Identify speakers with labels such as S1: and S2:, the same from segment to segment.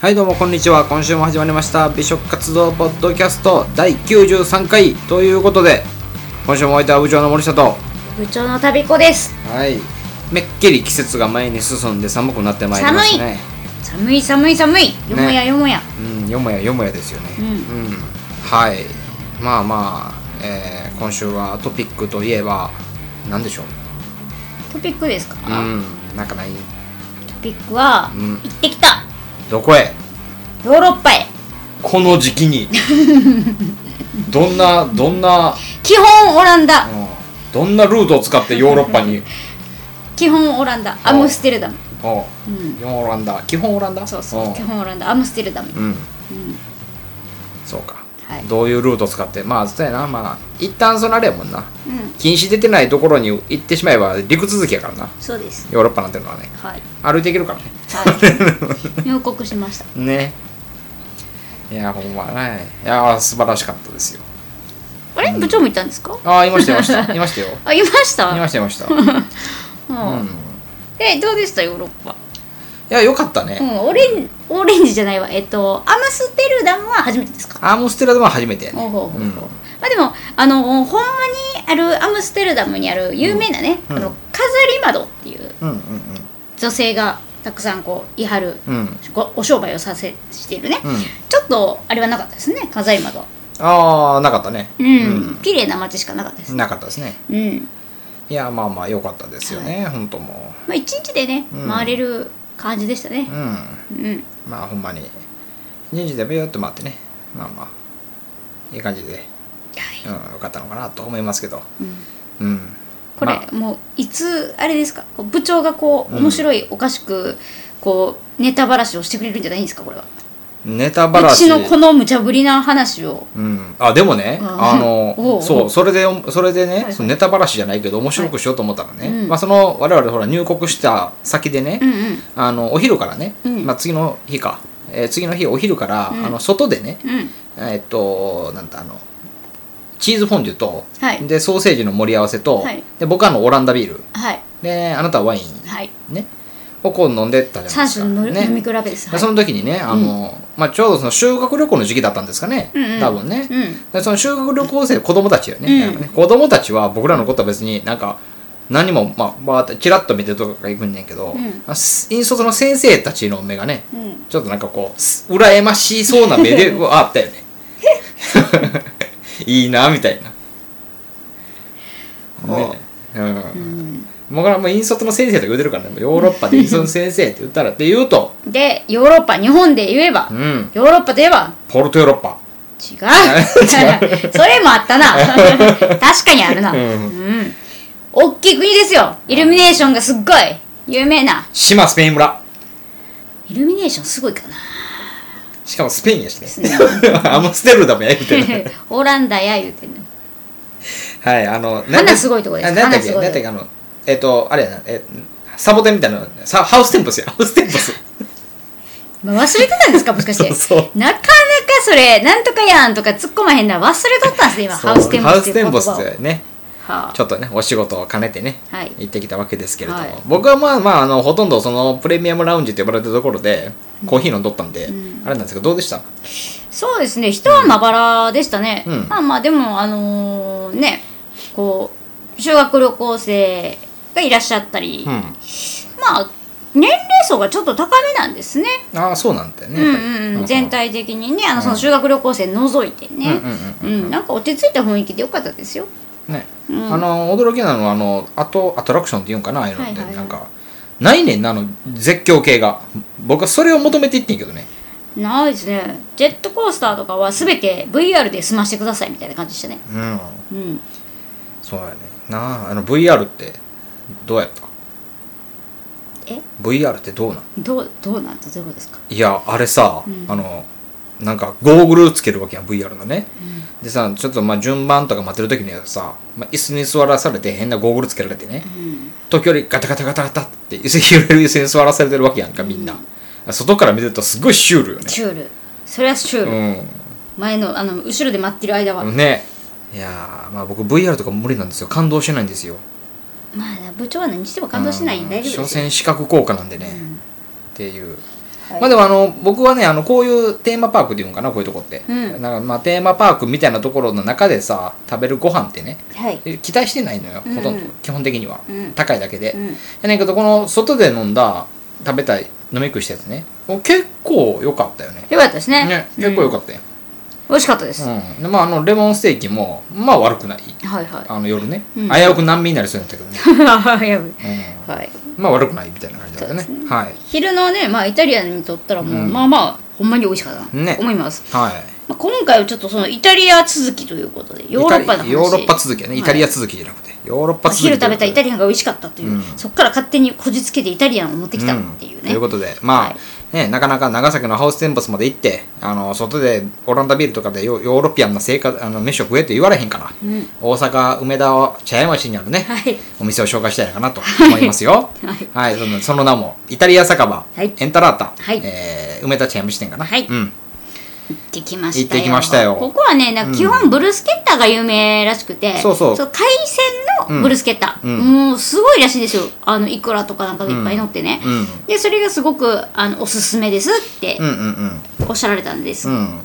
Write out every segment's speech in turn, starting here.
S1: はいどうもこんにちは今週も始まりました美食活動ポッドキャスト第93回ということで今週もお相手は部長の森下と
S2: 部長の旅子です
S1: はいめっきり季節が前に進んで寒くなってまいりましたね
S2: 寒い寒い寒いよもやよもや、
S1: うんよもやよもやですよね
S2: うん
S1: うん、はいまあまあ、えー今週はトピックといえば何でしょう
S2: トピックですか、
S1: うんなんかない
S2: トピックは、
S1: ん
S2: 行ってきた
S1: どこへ
S2: ヨーロッパへ
S1: この時期にどんなどんな、
S2: 基本オランダ
S1: うんどんなルートを使ってヨーロッパに
S2: 基本オランダアムステルダム
S1: おう
S2: うん
S1: 基本オランダ基本オランダ
S2: そうそ
S1: お
S2: う基本オランダアムステルダム
S1: うん
S2: うん
S1: そうか、
S2: はい
S1: どういうルートを使ってまあそうやなまあ一旦そのあれやもんな
S2: うん
S1: 禁止出てないところに行ってしまえば陸続きやからな
S2: そうです
S1: ヨーロッパなんてのはね
S2: はい
S1: 歩いていけるからね
S2: はい入国しました
S1: ねいやほんまねいや素晴らしかったですよ
S2: あれ、部長も行ったんですか
S1: ああいましたいました いましたよ
S2: あいました
S1: いましたいま した
S2: うん
S1: うん
S2: えどうでしたヨーロッパ
S1: いやよかった
S2: う
S1: ね、
S2: んオレンオレンジじゃないわえっとアムステルダムは初めてですか
S1: アームステラダムは初めてやね
S2: ほうほうほうほう
S1: うん
S2: まあでもあのほんまにあるアムステルダムにある有名なね、
S1: うん
S2: あの飾り窓っていう
S1: うんうん
S2: 女性がたくさんこういはる、
S1: うんうん
S2: こうお商売をさせしているね、
S1: うん
S2: ちょっとあれはなかったですね飾り窓
S1: ああなかったね
S2: うん、綺麗な街しかなかったです
S1: うん
S2: ね
S1: なかったですね
S2: うん、
S1: いやまあまあ良かったですよね、本当も
S2: まあ一日でね、
S1: うん
S2: 回れる感じでした
S1: うう
S2: ね
S1: ん
S2: うん
S1: まあほんまに人事でビューっと回ってねまあまあいい感じで、
S2: はい
S1: うん、よかったのかなと思いますけど
S2: うん
S1: うん
S2: これ、
S1: まあ
S2: もういつあれですかこう部長がこう
S1: うん
S2: 面白い、おかしくこうネタばらしをしてくれるんじゃないんですかこれは
S1: ネタばらし
S2: 私のこの無茶ぶりな話を
S1: うん、あでもね、
S2: うん
S1: あ
S2: お
S1: の
S2: う
S1: そうそれでそれでね、
S2: はい
S1: そのネタばらしじゃないけど面白くしようと思ったらね、
S2: はいうん
S1: まあ、その我々ほら入国した先でね、
S2: うんうん
S1: あのお昼からね、
S2: うん
S1: まあ、次の日か、えー次の日お昼から、
S2: うん
S1: あの外でね、
S2: うん
S1: えーっとなんだあのチーズフォンデュと、
S2: はい
S1: でソーセージの盛り合わせと、
S2: はい
S1: で僕はあのオランダビール
S2: はい
S1: であなたはワイン
S2: はい
S1: ねをこう飲んでったじゃない
S2: 三
S1: です
S2: 種
S1: か、
S2: の飲み
S1: ね
S2: 飲み比べです
S1: で
S2: はい
S1: その時にねあの、まあ、ちょうどその修学旅行の時期だったんですかね、
S2: うんうん
S1: 多分ね、
S2: うん
S1: でその修学旅行生子供たちよね,、
S2: うん
S1: なんかね子供たちは僕らのことは別になんか何もまあバーってチラッと見てるとか行くんねんけど、
S2: うん
S1: あす引率の先生たちの目がね
S2: うん
S1: ちょっとなんかこうす羨ましそうな目でうわあったよ ねいいなみたいなねうん、
S2: うん
S1: 僕らもう引率の先生とか言うてるからねもうヨーロッパで引率の先生って言ったらって言うと
S2: でヨーロッパ日本で言えば
S1: うん
S2: ヨーロッパで言えば
S1: ポルトヨーロッパ
S2: 違 う それもあったな確かにあるな
S1: う
S2: うんん大きい国ですよイルミネーションがすっごい有名な
S1: 島スペイン村
S2: イルミネーションすごいかな
S1: しかもスペインやしね
S2: ね
S1: アムステルダムや言うてる
S2: オランダや言うてんの
S1: はい、あの、
S2: 花すごいとこです
S1: あなんだっけ、
S2: 花す
S1: な
S2: ご
S1: ん
S2: い
S1: だっけ、あの、えっと、あれやな、え、サボテンみたいな、サハウステンポスや、ハウステンポス。
S2: まあ忘れてたんですかもしかして
S1: そうそう
S2: なかなかそれなんとかやんとか突っ込まへんな忘れとったんですね今
S1: そう
S2: ハウステンボスっていう言葉を
S1: ハウステンボスでね、
S2: はあ
S1: ちょっとね、お仕事を兼ねてね、
S2: はい
S1: 行ってきたわけですけれども、
S2: はい
S1: 僕はまあまあ、あの、ほとんどその、プレミアムラウンジって呼ばれてるところで、コーヒー飲んどったんで、あれなんですけど、どうでした
S2: そうですね人はまばらでしたね、
S1: うん
S2: まあまあでもあのーねこう修学旅行生がいらっしゃったり、
S1: うん。
S2: まあ年齢層がちょっと高めなんですね、
S1: ああ、そうなんだよね。
S2: う
S1: やっ
S2: ん
S1: ぱり
S2: うんうん、全。体的にねあのその修学旅行生除いてね
S1: うん
S2: うんなんか落ち着いた雰囲気でよかったですよ
S1: ね、
S2: うん
S1: あの、驚きなのは、あの、あと、アトラクションって言うんかな、ああいうのって、
S2: はいはいはい
S1: なんか、ないねんな、あの、絶叫系が。僕はそれを求めていってんけどね。
S2: ないですねジェットコースターとかは全て VR で済ましてくださいみたいな感じでしたね
S1: うん
S2: うん
S1: そうやねなああの VR ってどうやった
S2: え
S1: VR ってどうなん
S2: どうどうなんてどういうことですか
S1: いやあれさ、
S2: うん
S1: あのなんかゴーグルつけるわけやん VR のね、でさちょっとまあ順番とか待ってる時にはさ、まあ、椅子に座らされて変なゴーグルつけられてね、
S2: うん
S1: 時折ガタガタガタガタって椅子揺れる椅子に座らされてるわけやんかみんな、外から見てるとすごいシュールよね
S2: シュールそれはシュール、前のあの後ろで待ってる間は、
S1: うんねいやーまあ僕 VR とか無理なんですよ感動しないんですよ
S2: まあ部長は何しても感動しないん
S1: う
S2: で大丈夫
S1: 所
S2: ですよ
S1: 詮視覚効果なんでね、っていう
S2: はい
S1: まあでもあの僕はねあのこういうテーマパークっていうんかなこういうとこって、
S2: うん
S1: なんかまあテーマパークみたいなところの中でさ食べるご飯ってね
S2: はい
S1: 期待してないのよ、
S2: うんうん
S1: ほとんど基本的には、
S2: うん
S1: 高いだけで、
S2: う
S1: や
S2: ん
S1: ねんけどこの外で飲んだ食べたい飲み食いしたやつねもう結構良かったよね
S2: よかったですね
S1: ね結構良
S2: った、
S1: かったよ、
S2: うん美味しかったです、
S1: うんでまあ、あのレモンステーキもまあ悪くない
S2: はいは
S1: あの夜ね、
S2: うん
S1: 危うく難民になりそうになったけどね、
S2: いやばい
S1: うん
S2: はい
S1: まあ悪くないみたいな感じだったね
S2: そ
S1: はい
S2: 昼のねまあイタリアンにとったらもう、
S1: うん
S2: まあまあほんまに美味しかったなと
S1: ね
S2: 思います、
S1: はい
S2: まあ、今回はちょっとそのイタリア続きということでヨーロッパ
S1: イ
S2: の話
S1: タリヨーロッパ続きやね、
S2: はい
S1: イタリア続きじゃなくてヨーロッパ
S2: まあ
S1: 続き
S2: 昼食べたイタ
S1: リ
S2: リアンが美味しかったという、
S1: うん
S2: そこから勝手にこじつけてイタリアンを持ってきたっていうね、
S1: ということでまあ、
S2: はい
S1: ね、なかなか長崎のハウステンボスまで行ってあの外でオランダビールとかでヨヨーロピアンな生活あの飯を食えって言われへんから、
S2: うん
S1: 大阪梅田茶屋町にあるね、
S2: はい
S1: お店を紹介したいかなと思いますよ
S2: は
S1: は
S2: い、
S1: いそのその名もイタリア酒場、
S2: はい
S1: エンタラータ、
S2: はい
S1: えー梅田茶屋町店かな、
S2: はい
S1: うん、
S2: 行ってきましたよ
S1: 行ってきましたよ
S2: ここはねなんか基本ブルスケッタが有名らしくて、
S1: そうそう
S2: 海鮮のブルスケッタ、
S1: うん
S2: もうすごいらしいんですよあのイクラとかなんかがいっぱい乗ってね、
S1: うんうん
S2: でそれがすごくあのおすすめですって
S1: うんうん
S2: おっしゃられたんです
S1: う
S2: が、
S1: ん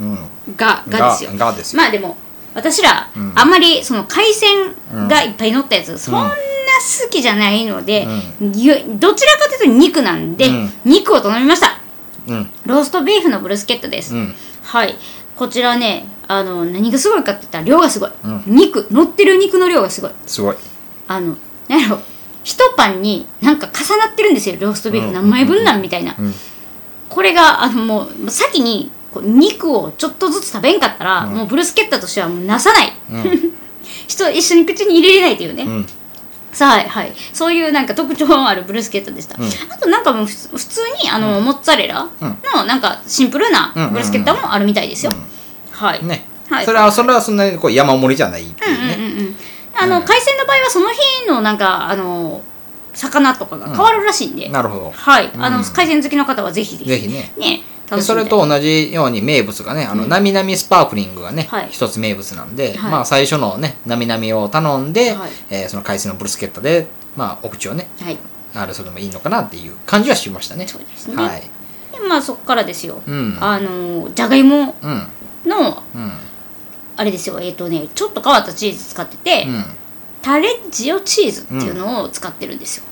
S1: うんうん
S2: ががですよ
S1: がですよ
S2: まあでも私ら、
S1: ん
S2: あんまりその海鮮がいっぱい乗ったやつ、そんな好きじゃないので、ゆどちらかというと肉なんで、
S1: うん
S2: 肉を頼みました
S1: うん
S2: ローストビーフのブルスケットです、
S1: うん
S2: はいこちらねあの何がすごいかって言ったら量がすごい、
S1: うん
S2: 肉乗ってる肉の量がすごい
S1: すごい
S2: あの何やろ一パンになんか重なってるんですよローストビー
S1: う
S2: フ
S1: ん
S2: 何枚分なんみたいな、
S1: うん
S2: これがあのもう先にこう肉をちょっとずつ食べんかったら、もうブルスケッタとしてはもうなさない、 人一緒に口に入れれないというね、
S1: うん
S2: さあはいそういうなんか特徴のあるブルスケットでした、
S1: ん
S2: あとなんかもうふつ普通にあの、モッツァレラのなんかシンプル
S1: うんうん
S2: な
S1: うん
S2: ブルスケッタもあるみたいですよ、はい、
S1: ね、
S2: はい
S1: それはそれはそんなにこう山盛りじゃないっていうね、
S2: うんうんうんあの、海鮮の場合はその日のなんかあの魚とかが変わるらしいんで、
S1: なるほど
S2: はい、あ
S1: うん
S2: の海鮮好きの方はぜひぜひ
S1: ぜひね
S2: ね
S1: で
S2: 楽し
S1: そ
S2: んで
S1: れと同じように名物がねあの、なみなみスパークリングがね、
S2: はい
S1: 一つ名物なんで、
S2: はい
S1: まあ最初のねなみなみを頼んで、
S2: はい
S1: えーその海鮮のブルスケッタでまあお口をね
S2: はい
S1: あれそれでもいいのかなっていう感じはしましたね
S2: そうですね
S1: はい
S2: でまあそこからですよ、
S1: うん
S2: あのじゃがいも
S1: うん
S2: の
S1: うん
S2: あれですよえっ、とねちょっと変わったチーズ使ってて、
S1: うん
S2: タレッジオチーズっていうのを使ってるんですよ、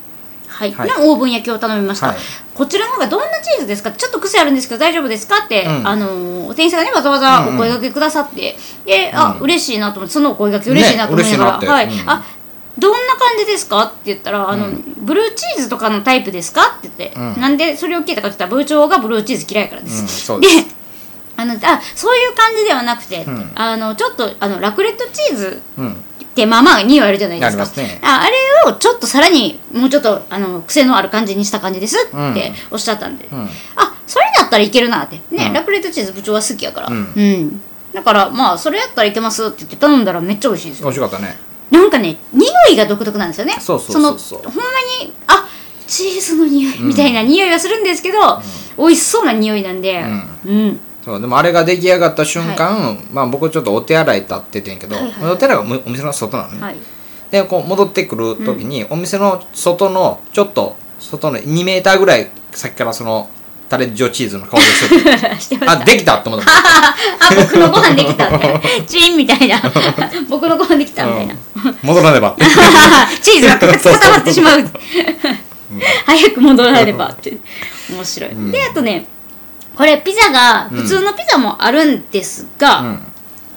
S2: はい、
S1: はい
S2: のオーブン焼きを頼みました、
S1: はい
S2: こちらの方がどんなチーズですかちょっと癖あるんですけど大丈夫ですかって、
S1: うん
S2: あのーお店員さんがねわざわざお声掛けくださって、であ、嬉しいなと思ってそのお声掛け嬉しいなと思いながら、
S1: ね嬉しいな
S2: は
S1: っ
S2: い、
S1: てうん
S2: あどんな感じですかって言ったら、あのブルーチーズとかのタイプですかって言って、
S1: うん
S2: なんでそれを聞いたかって言ったら部長がブルーチーズ嫌いからで
S1: うん
S2: す、
S1: そうです
S2: であのあそういう感じではなくて、
S1: ん
S2: あのちょっとあのラクレットチーズ
S1: うん
S2: ってまあまあにはあるじゃないです
S1: あり
S2: か
S1: ますね
S2: ああれをちょっとさらにもうちょっとあの癖のある感じにした感じですっておっしゃったんで、
S1: ん
S2: あそれだったらいけるなってね、
S1: うん
S2: ラクレットチーズ部長は好きやから
S1: う
S2: うんん、だからまあそれやったらいけますって言って頼んだらめっちゃ美味しいです
S1: 美味
S2: よ
S1: しかったね
S2: なんかね匂いが独特なんですよね
S1: そうそうそうそう
S2: のほんまにあチーズの匂いみたいな匂いはするんですけど、美味しそうな匂いなんでうん、
S1: そうでもあれが出来上がった瞬間、まあ僕ちょっとお手洗い立っててんけど、
S2: はいはいはい
S1: お手洗いがむお店の外なのね、
S2: はい
S1: でこう戻ってくる時に、お店の外のちょっと外の2メーターぐらい先からそのタレジョチーズの香りがする
S2: してました
S1: あできたと思った
S2: あ、僕のご飯できたみた いな。チンみたいな。僕のご飯できたみたいな。
S1: 戻らねば
S2: チーズが固まってしまう。早く戻らればって。面白い。で、あとね、これピザが、普通のピザもあるんですが、
S1: うん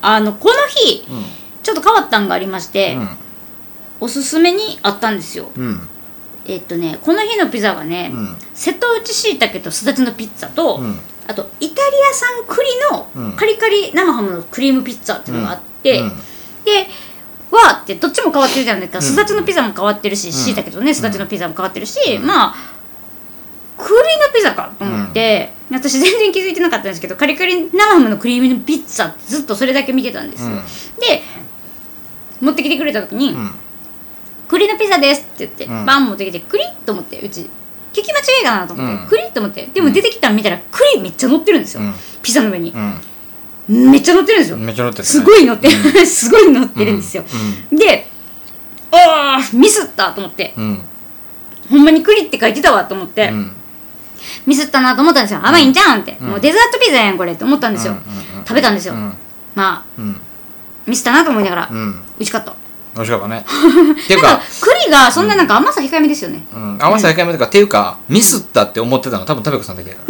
S2: あの、この日、
S1: うん
S2: ちょっと変わったんがありまして、
S1: うん
S2: おすすめにあったんですよ。
S1: うん
S2: えっとね、この日のピザがね、
S1: うん
S2: 瀬戸内しいたけとすだちのピッツァと、
S1: うん
S2: あとイタリア産栗
S1: うん
S2: のカリカリ生ハムのクリームピッツァっていうのがあって、
S1: うんうん
S2: でわーってどっちも変わってるじゃないですか
S1: ん
S2: すだちのピザも変わってるししいたけとねすだちのピザも変わってるし、まあ栗のピザかと思って、私全然気づいてなかったんですけどカリカリ生ハムのクリームピッツァってずっとそれだけ見てたんですよ、
S1: うん
S2: で持ってきてくれた時に、
S1: うん
S2: 栗のピザですって言って、
S1: うん
S2: バン持ってきて栗と思ってうち聞き間違いかなと思って、
S1: うん
S2: 栗と思ってでも出てきたの見たら栗めっちゃ乗ってるんですよ、
S1: うん
S2: ピザの上に、
S1: うん
S2: めっちゃ乗ってるんですよ、
S1: めっちゃ乗ってたね
S2: すごい乗って、 すごい乗ってるんですよ、でああミスったと思って
S1: うん
S2: ほんまに栗って書いてたわと思って、
S1: うん
S2: ミスったなと思ったんですよ甘いんじゃんって、もうデザートピザやんこれって思ったんですよ、
S1: うんうん
S2: 食べたんですよ、
S1: うん
S2: まあ
S1: うん
S2: ミスったなと思いながら、う
S1: うん
S2: 美味しかった
S1: 美味しかった ねっていう
S2: な
S1: か
S2: んか栗がそんななんか甘さ控えめですよね、
S1: うん、甘さ控えめとか、っていうか、ミスったって思ってたのは多分、タべコさんだけ やか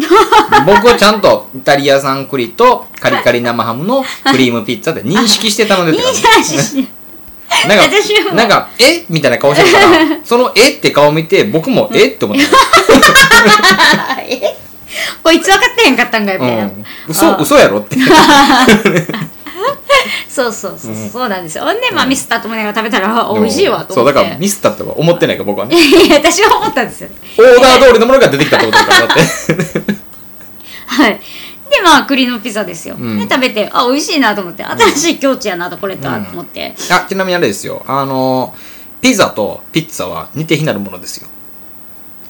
S1: ら。僕はちゃんと、イタリア産栗と、カリカリ生ハムのクリームピッツァで認識して頼んで
S2: いい
S1: た
S2: じ
S1: からね
S2: ゃんしし
S1: なんか
S2: 私はもう
S1: なんか、えみたいな顔してる から、そのえって顔見て、僕もえって思った。
S2: えこいつ分かってへんかったんかよみ
S1: う
S2: たいな、
S1: ん。嘘、
S2: あ
S1: 嘘やろって。
S2: そうそうそう、そうなんですよほんでまあミスったと思いながら食べたら あ美味しいわと
S1: そ
S2: 思
S1: う、
S2: っ
S1: だ
S2: て
S1: からミスったとは思ってないから、僕はね。
S2: いや私は思ったんですよ
S1: オーダー通りのものが出てきたってことだから、だっ て。
S2: はいでまあ栗のピザですよ、
S1: ん
S2: で食べてあ美味しいなと思って新しい境地やなとこれとはと思って、
S1: あ、ちなみにあれですよ。あの、ピザとピッツァは似て非なるものですよ。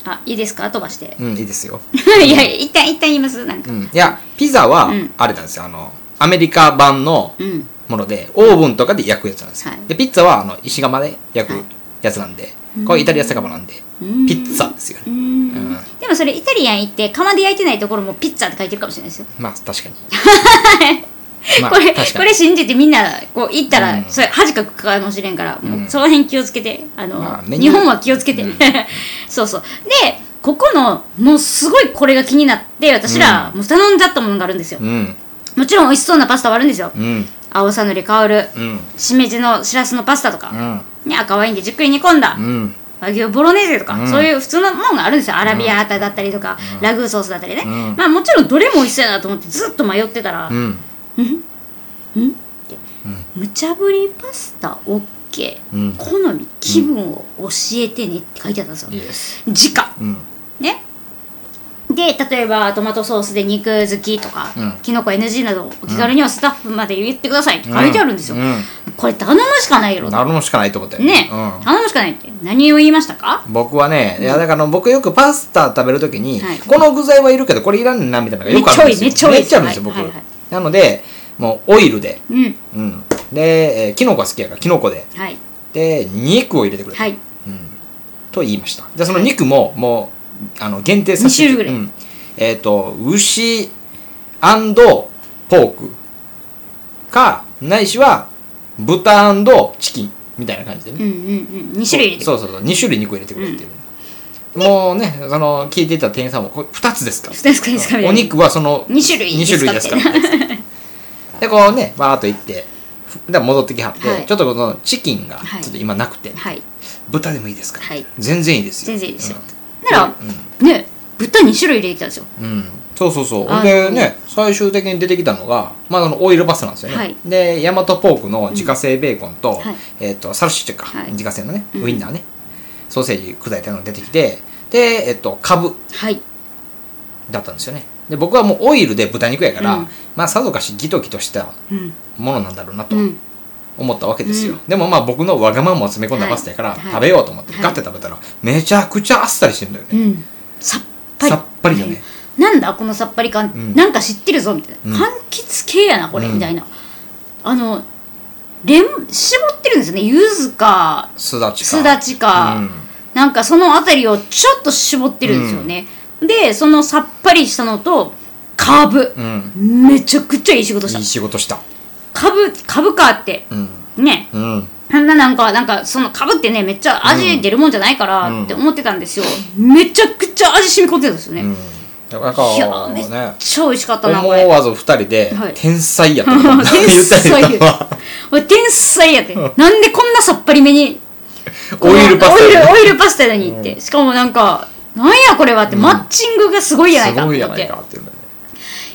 S2: あいいですか飛ばして、
S1: うん、いいですよ。
S2: いや一旦一旦言いますなん
S1: う
S2: か
S1: ん、いやピザは
S2: うん
S1: あれなんですよ、あのアメリカ版の
S2: うん、
S1: ものでオーブンとかで焼くやつなんですよ、
S2: はい
S1: でピッツァはあの石窯で焼くやつなんで、これイタリア酒場なんで、
S2: うん
S1: ピッツァですよ
S2: う
S1: ね、う
S2: ーん
S1: ん
S2: でもそれイタリアン行って釜で焼いてないところもピッツァって書いてるかもしれないですよ、
S1: まあ確か にまあ
S2: これ
S1: 確
S2: こ
S1: かに
S2: れ信じてみんなこう行ったら、
S1: うん
S2: それ恥かくかもしれんから、もううんその辺気をつけてあの、
S1: まあメニュ
S2: 日
S1: ー
S2: 本は気をつけて、
S1: うん
S2: そうそうでここのもうすごいこれが気になって私らもう頼んじゃったものがあるんですよ、
S1: うん
S2: もちろん美味しそうなパスタはあるんですよ、
S1: うん
S2: 青さのり香る
S1: うん
S2: しめじのしらすのパスタとか、
S1: うん
S2: ね、赤ワインでじっくり煮込んだ、
S1: うん
S2: 和牛ボロネーゼとか、
S1: うん
S2: そういう普通のものがあるんですよアラビアータだったりとか、ラグーソースだったりね、
S1: うん
S2: まあもちろんどれも美味しそうやなと思ってずっと迷ってたら、
S1: うん
S2: 無茶ぶりパスタ OK、
S1: うん
S2: 好み気分を教えてねって書いてあったんですよ、
S1: イエス
S2: 直
S1: うん
S2: ねで例えばトマトソースで肉好きとか、
S1: うん
S2: キノコ NG などお気軽にはスタッフまで言ってくださいって書いてあるんですよ、
S1: うん
S2: これ頼むしかないやろ
S1: なるもんしかないと思って
S2: ね、
S1: うん
S2: 頼むしかないって何を言いましたか
S1: 僕はね、いやだから僕よくパスタ食べるときに、
S2: はい
S1: この具材はいるけどこれいらんねんなみたいなのがよくあるんですよ
S2: めっちゃ多いめっちゃ多い
S1: め
S2: で
S1: っちゃあるんで
S2: す
S1: すよ、
S2: は
S1: 僕、
S2: いはいはい
S1: なのでもうオイルで
S2: うん
S1: うんで、えーキノコが好きやからキノコで
S2: はい
S1: で肉を入れてくれと、
S2: はい
S1: うん、と言いましたでその肉ももうあの限定させて
S2: 二種類ぐらい
S1: うんえっ、と牛ポークかないしは豚チキンみたいな感じでね
S2: うんうんうん2種類入れてく
S1: そうそうそう2種類肉を入れてくれっていう、もうねその聞いていた店員さんもこれ2つですか
S2: れ2つですかね
S1: お肉はその
S2: 二種類
S1: 二種類ですから でこうねバーッと行ってふで戻ってきはって、
S2: はい
S1: ちょっとこのチキンが
S2: はい
S1: ちょっと今なくて、
S2: はい
S1: 豚でもいいですか、
S2: はい
S1: 全然いいですよ
S2: 全然いいですよ、
S1: うん
S2: なら、ね豚2種類入れてきたんですよ
S1: うん、うんそうそうそう
S2: あの
S1: でね最終的に出てきたのが、まあ、あのオイルパスタなんですよね、
S2: はい
S1: で大和ポークの自家製ベーコンと,、
S2: はい
S1: えっとサルシッチか、
S2: はい
S1: 自家製のね
S2: うん
S1: ウインナーね、ソーセージ砕いたのが出てきてでえっとカブ
S2: はい
S1: だったんですよねで僕はもうオイルで豚肉やから、
S2: うん
S1: まあさぞかしギトギトした
S2: うん
S1: ものなんだろうなと
S2: うん
S1: 思ったわけですよ、
S2: うん
S1: でもまあ僕のわがままを詰め込んだパスタやから、
S2: はい
S1: 食べようと思って
S2: はい
S1: ガッて食べたらめちゃくちゃあっさりしてんだよね、
S2: うんさっぱり
S1: さっぱりよね
S2: なんだこのさっぱり感、
S1: ん
S2: なんか知ってるぞみたいな、
S1: うん
S2: 柑橘系やなこれ、
S1: うん
S2: みたいなあのレモン絞ってるんですよね柚子か
S1: すだちか
S2: すだちか、
S1: うん
S2: なんかその辺りをちょっと絞ってるんですよね、でそのさっぱりしたのとカブ、
S1: うん
S2: めちゃくちゃいい仕事し
S1: いい
S2: た
S1: 仕事した
S2: カブカブかって
S1: うん
S2: ね
S1: うん
S2: あんななんかなんかそのカブってねめっちゃ味出るもんじゃないか
S1: う
S2: ら
S1: ん
S2: って思ってたんですよ、めちゃくちゃ味染み込んでたんですよね、
S1: うんだから
S2: いや
S1: も
S2: ー
S1: う
S2: めっ
S1: ね
S2: ちゃ美味しかったな
S1: 思
S2: これ
S1: わず二人で
S2: はい
S1: 「天才や」と か言ったり とか
S2: 俺天才やってなんでこんなさっぱりめにこの
S1: オイルパスタやね
S2: オイルオイルパスタやのにって、しかもなんかなんやこれはって、マッチングがすごいやない
S1: す
S2: かっ
S1: ごい
S2: て
S1: や
S2: 思っ
S1: な
S2: て
S1: いかっていうのね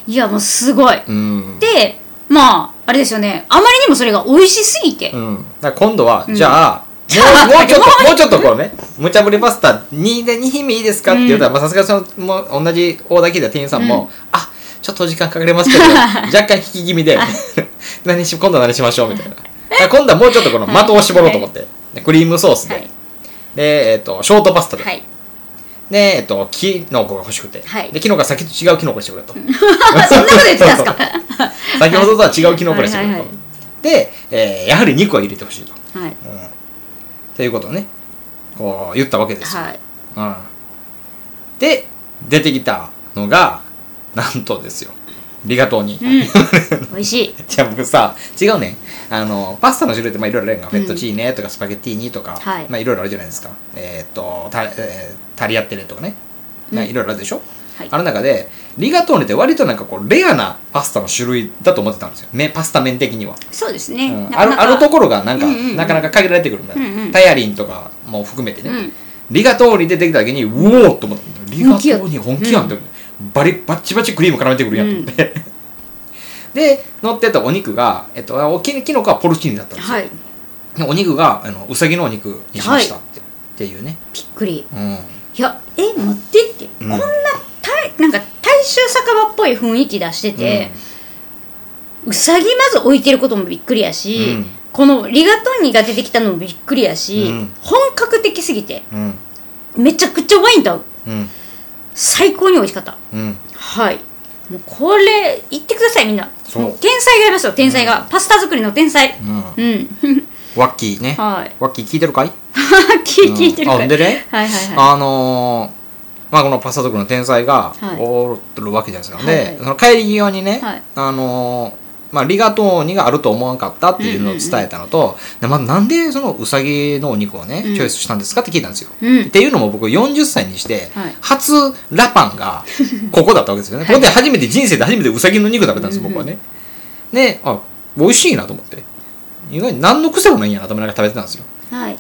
S2: いやもうすごい、
S1: うん
S2: でまああれですよねあまりにもそれが美味しすぎて、
S1: うん、だから今度は、じゃあ もうもうちょっともうちょっとこうね無茶ぶりパスタ 2, で2品目いいですかって言ったらまあさすがにそのもう同じオーダー聞いた店員さんも、あちょっとお時間かかりますけ ど若干引き気味で何し今度は何しましょうみたいなだから今度はもうちょっとこの的を絞ろうと思って、でクリームソースで、
S2: はい
S1: で、えっとショートパスタで、
S2: はい
S1: で、えっとキノコが欲しくて、
S2: はい
S1: でキノコが先と違うキノコにしてくれと。
S2: あ そんなこと言ってたんですか
S1: 先ほどとは違うキノコにしてくれ
S2: はい
S1: と
S2: はいは。
S1: で、えーやはり肉は入れてほしいと。
S2: はい
S1: ということをねこう言ったわけですよ、
S2: はい
S1: うん、で出てきたのがなんとですよリガトーに、
S2: うん、美味しい
S1: じゃあ僕さ違うねあのパスタの種類ってまあいろいろあるやんかフェットチーネとかスパゲッティニとか、
S2: はい
S1: まあいろいろあるじゃないですかえっ、とタ,、えータリアッテレとかねなんかいろいろあるでしょ、
S2: はい
S1: あの中でリガトーネって割となんかこうレアなパスタの種類だと思ってたんですよめパスタ麺的には、
S2: そうです
S1: う
S2: ね、
S1: ん
S2: な
S1: あ
S2: か
S1: る
S2: なか
S1: あるところがなんか、
S2: うんうんうん
S1: なかなか限られてくるんだよ、
S2: うんうん
S1: タヤリンとかも含めてね、
S2: うん
S1: リガトーニ出てきた時にうおーっと思ったリガトーニ本気やんって、バリバッチバチクリーム絡めてくるやんと思って、 で乗ってたお肉が、えっと、あおききのこはポルチーニだったんですよ、
S2: はい
S1: でお肉があのうさぎのお肉にしましたって,、っていうね、
S2: びっくり
S1: うん、
S2: いやえ待ってって、こんな大なんか大衆酒場っぽい雰囲気出してて、うさぎまず置いてることもびっくりやし、
S1: うん
S2: このリガトンニが出てきたのもびっくりやし、
S1: うん
S2: 本格的すぎて
S1: うん
S2: めちゃくちゃワインと合う
S1: うん
S2: 最高に美味しかった
S1: うん
S2: はいもうこれ言ってくださいみんな
S1: そう
S2: も天才がいますよ天才が、パスタ作りの天才
S1: うん
S2: うん
S1: ワッキーね、
S2: はい
S1: ワッキー聞いてるかい
S2: 聞い聞いてる
S1: うんあんでね
S2: はいはいは
S1: あのーまあこのパスタ族の天才が
S2: はい
S1: おってるわけですから
S2: はいは
S1: ね
S2: い
S1: その帰り際にね、
S2: はい
S1: あのーまあ、リガトーニがあると思わんかったっていうのを伝えたのと、でまあ、なんでそのうさぎのお肉をね、
S2: うん
S1: チョイスしたんですかって聞いたんですよ、
S2: う
S1: っ
S2: ん
S1: ていうのも僕40歳にして、
S2: はい
S1: 初ラパン がここだったわけですよね、ここで初めて人生で初めてうさぎの肉食べたんですよ僕はね、であ美味しいなと思って意外に何の癖もないんやなと思いながら食べてたんですよ
S2: いはい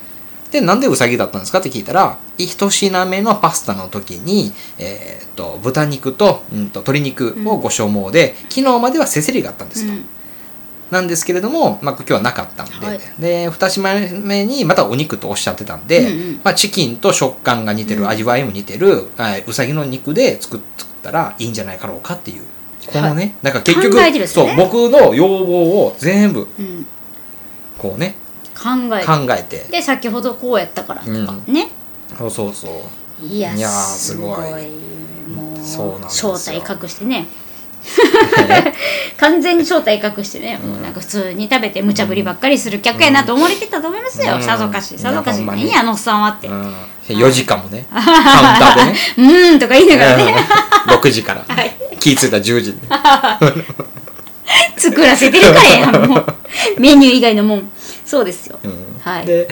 S1: で、なんでウサギだったんですかって聞いたら、一品目のパスタの時に、えーっと、豚肉と,、うん、と鶏肉をご所望で、昨日まではせせりがあったんですと。
S2: うん
S1: なんですけれども、まあ、今日はなかったんで、
S2: はい
S1: で、二品目にまたお肉とおっしゃってたんで、
S2: うんうん
S1: まあ、チキンと食感が似てる、
S2: うん
S1: 味わいも似てる、はいウサギの肉で作っ作ったらいいんじゃないかろうかっていう。このね、なんか結局、
S2: 考えてるんです
S1: そ
S2: ね
S1: う、僕の要望を全部、
S2: うん、
S1: こうね、
S2: 考えて
S1: 考えて。
S2: で先ほどこうやったからとか、
S1: う
S2: ね
S1: そうそうそう。
S2: いや
S1: いやー
S2: すごい
S1: すごい
S2: もう
S1: そうなんですよ
S2: 正体隠してね 完全に正体隠してね、もうなんか普通に食べて無茶ぶりばっかりする客やなと思われてたと思いますよ、
S1: うん
S2: さぞかしさぞか
S1: いや
S2: し
S1: ほんまに
S2: 何やあのおっさんはって、 うん、
S1: うん、4時間もね、カウンターで ね。
S2: ーんとか言いながらね、
S1: うん6時から、
S2: はい
S1: 気ぃついたら10時に
S2: 作らせてるからやんもうメニュー以外のもんそうですよ、
S1: うん
S2: はい
S1: で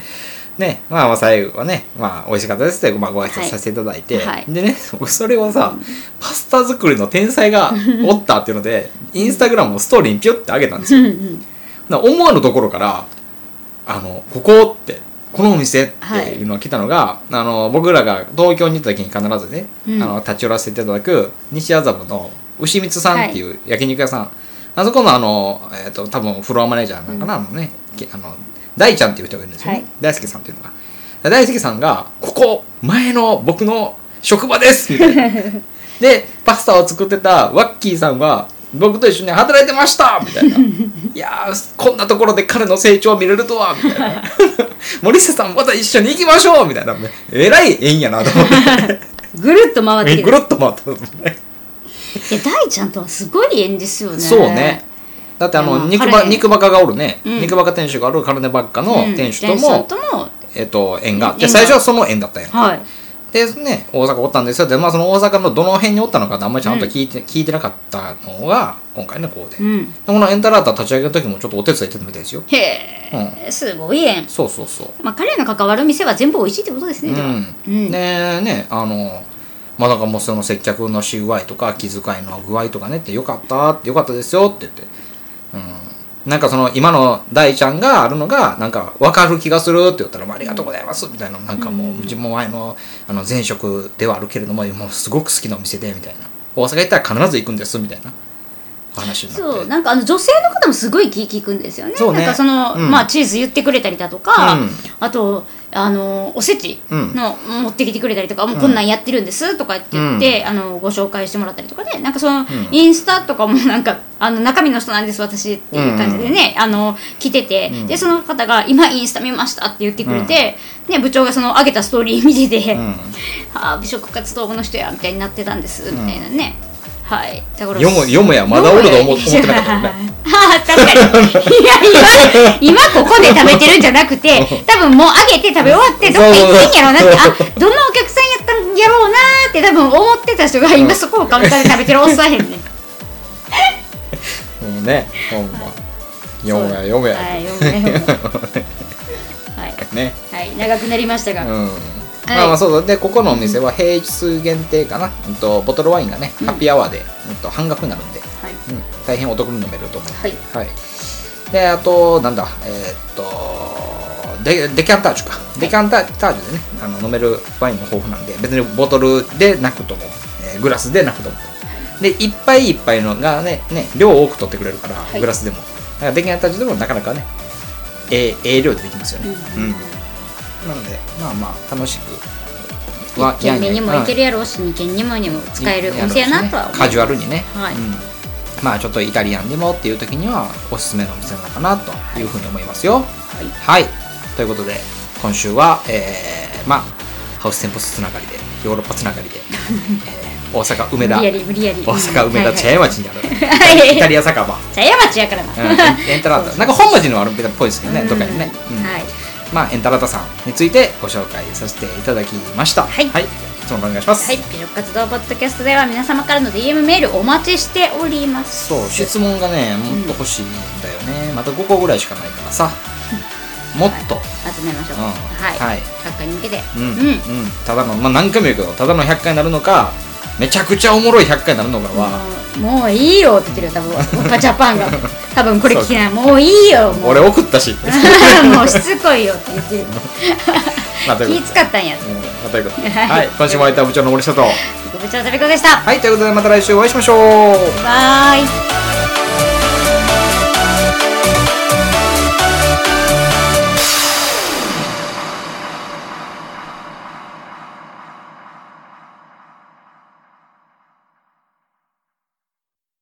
S1: ねまあまあ最後はねまあ美味しかったですって、まあ、ご挨拶させていただいて、
S2: はいはい
S1: でね僕それをさパスタ作りの天才がおったっていうのでインスタグラムのストーリーにピョってあげたんですよ
S2: うんうん
S1: な思わぬところから「あのここ」って「このお店」っていうのが来たのが、あの僕らが東京に行った時に必ずね、
S2: うん
S1: あの立ち寄らせていただく西麻布の牛光さんっていう焼肉屋さん、あそこのあの、えー、と多分フロアマネージャーなんかな、あのねけあの大ちゃんっていう人がいるんですよね、
S2: はい
S1: 大輔さんっていうのが大輔さんが「ここ前の僕の職場です」みたいな でパスタを作ってたワッキーさんは僕と一緒に働いてましたみた いないやーこんなところで彼の成長を見れるとはみたい な森瀬さんまた一緒に行きましょうみたいなえらい縁やなと 思っ
S2: ぐるっと回っててき
S1: ぐ
S2: て
S1: るっと回ったと思って
S2: え大ちゃんとはすごい縁ですよね
S1: そうねだってあ
S2: いや
S1: の肉
S2: 彼
S1: ば
S2: ね
S1: 肉バカがおるね、
S2: うん
S1: 肉バカ店主がおるカルネバッカの
S2: うん
S1: 店主と
S2: 店主さん
S1: も、
S2: とも
S1: えっと縁があって
S2: 縁が
S1: 最初はその縁だったんや
S2: はい
S1: でね大阪おったんですよでまあその大阪のどの辺におったのかってあんまりちゃんと聞いて,、聞いてなかったのが今回のこうで、
S2: うん
S1: このエンタラータ立ち上げの時もちょっとお手伝いしてたみたいですよ
S2: へえ、すごい縁
S1: そうそうそう
S2: まあ彼の関わる店は全部美味しいってことですね、では
S1: う
S2: うん
S1: ん、でねあのまだかもうその接客のし具合とか気遣いの具合とかねってよかったってよかったですよって言って、うん、なんかその今の大ちゃんがあるのがなんか分かる気がするって言ったら「まあ、ありがとうございます」みたいななんかもううちも前のあの前職ではあるけれどももうすごく好きなお店でみたいな大阪行ったら必ず行くんですみたいなお話になって
S2: そうなんかあの女性の方もすごい聞聞くんですよね
S1: そうね
S2: なんかその、
S1: うん
S2: まあチーズ言ってくれたりだとか、
S1: うん
S2: あとあのおせち
S1: うん
S2: の、持ってきてくれたりとか、もうこんなんやってるんですとかって言って、あのご紹介してもらったりとかねなんかその、インスタとかもなんかあの中身の人なんです私っていう感じでね、あの来てて、でその方が今インスタ見ましたって言ってくれて、ね部長がその上げたストーリー見てて、
S1: ん
S2: ああ美食活動部の人やみたいになってたんですみたいなね、はいだから
S1: よもよもやまだおると思思ってなかったもんね
S2: ああ確かにいや今今ここで食べてるんじゃなくて多分もう揚げて食べ終わってどっか行ってんやろうなってあどのお客さんやったんやろうなーってって多分思ってた人が今
S1: うん
S2: そこをカウンターで食べてるおっさんや んね
S1: もうねほんま読むや読むや
S2: はい読むや読はい、
S1: ね
S2: はい、長くなりました
S1: う
S2: が、
S1: んまあまあそうだでここのお店は平日限定かな、うん、とボトルワインがねハッピーアワーで、うん、と半額になるんで、
S2: はい
S1: うん、大変お得に飲めると思う
S2: はい
S1: はい、であとなんだえーっとデデキャンタージュか、デキャンタージュでねあの飲めるワインも豊富なんで別にボトルでなくとも、えーグラスでなくともでいっぱいいっぱいのがねね量を多く取ってくれるから、
S2: い
S1: グラスでもだからデキャンタージュでもなかなかねええええ量でできますよね、
S2: う
S1: うんんなのでまあまあ楽しく
S2: 1軒目にも
S1: い
S2: 行けるやろうし2軒にもにも使えるお店やなとは思う
S1: カジュアルにね、
S2: はい
S1: うんまあちょっとイタリアンでもっていう時にはおすすめのお店なのかなというふうに思いますよ
S2: はい
S1: はい、ということで今週は、えーまあハウステンポスつながりでヨーロッパつながり で、えー大阪梅田
S2: 無理やり
S1: 大
S2: 無理やり
S1: 阪梅田茶屋町にある、
S2: いはい
S1: イタリア酒場、
S2: 茶屋町やからな、
S1: うん、エンタラータなんか本町のあるみたいっぽいですけどね、
S2: うん
S1: どっかにね、うん
S2: はい
S1: まあ、エンタラタさんについてご紹介させていただきました。
S2: はい
S1: い、質問お願いします。
S2: はい、美食活動ポッドキャストでは皆様からの DM メールお待ちしております
S1: そう、質問がね、もっと欲しいんだよね。また5個ぐらいしかないからさ。もっと、
S2: 集めましょう、
S1: うん
S2: はい、
S1: はい
S2: 100回に向けて
S1: うん、
S2: う、
S1: うんん、ただの、まあ、何回も言うけど、ただの100回になるのか、めちゃくちゃおもろい100回になるのかは、
S2: もういいよって言ってるよ多分オッパジャパンが多分これ聞けないもういいよもう
S1: 俺送 ったし。
S2: もうしつこいよって言ってる
S1: まあ、という
S2: 気
S1: こと
S2: 使ったんやって
S1: で。うんまあという ことで
S2: はい
S1: はい、今週もお会いいたい部長の森下と。
S2: ご部長とべこでした
S1: はい、ということでまた来週お会いしましょう
S2: バイ